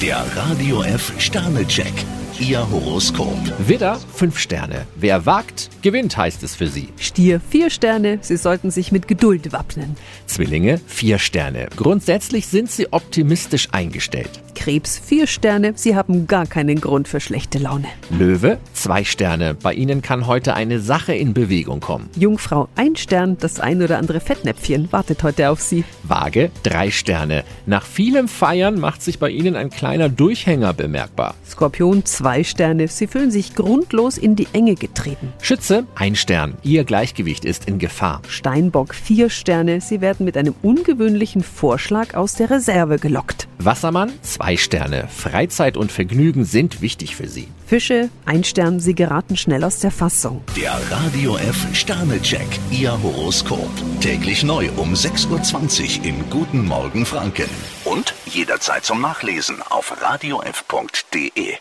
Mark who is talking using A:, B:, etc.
A: Der Radio F Sternecheck. Ihr Horoskop.
B: Widder, 5 Sterne. Wer wagt, gewinnt, heißt es für Sie.
C: Stier, vier Sterne. Sie sollten sich mit Geduld wappnen.
B: Zwillinge, 4 Sterne. Grundsätzlich sind Sie optimistisch eingestellt.
C: Krebs, vier Sterne. Sie haben gar keinen Grund für schlechte Laune.
B: Löwe, 2 Sterne. Bei Ihnen kann heute eine Sache in Bewegung kommen.
C: Jungfrau, ein Stern. Das ein oder andere Fettnäpfchen wartet heute auf Sie.
B: Waage, 3 Sterne. Nach vielem Feiern macht sich bei Ihnen ein kleiner Durchhänger bemerkbar.
C: Skorpion, zwei Sterne. Sie fühlen sich grundlos in die Enge getreten.
B: Schütze, 1 Stern. Ihr Gleichgewicht ist in Gefahr.
C: Steinbock, vier Sterne. Sie werden mit einem ungewöhnlichen Vorschlag aus der Reserve gelockt.
B: Wassermann, 2 Sterne. Freizeit und Vergnügen sind wichtig für Sie.
C: Fische, ein Stern. Sie geraten schnell aus der Fassung.
A: Der Radio F Sternecheck. Ihr Horoskop. Täglich neu um 6.20 Uhr im Guten Morgen Franken. Und jederzeit zum Nachlesen auf radiof.de.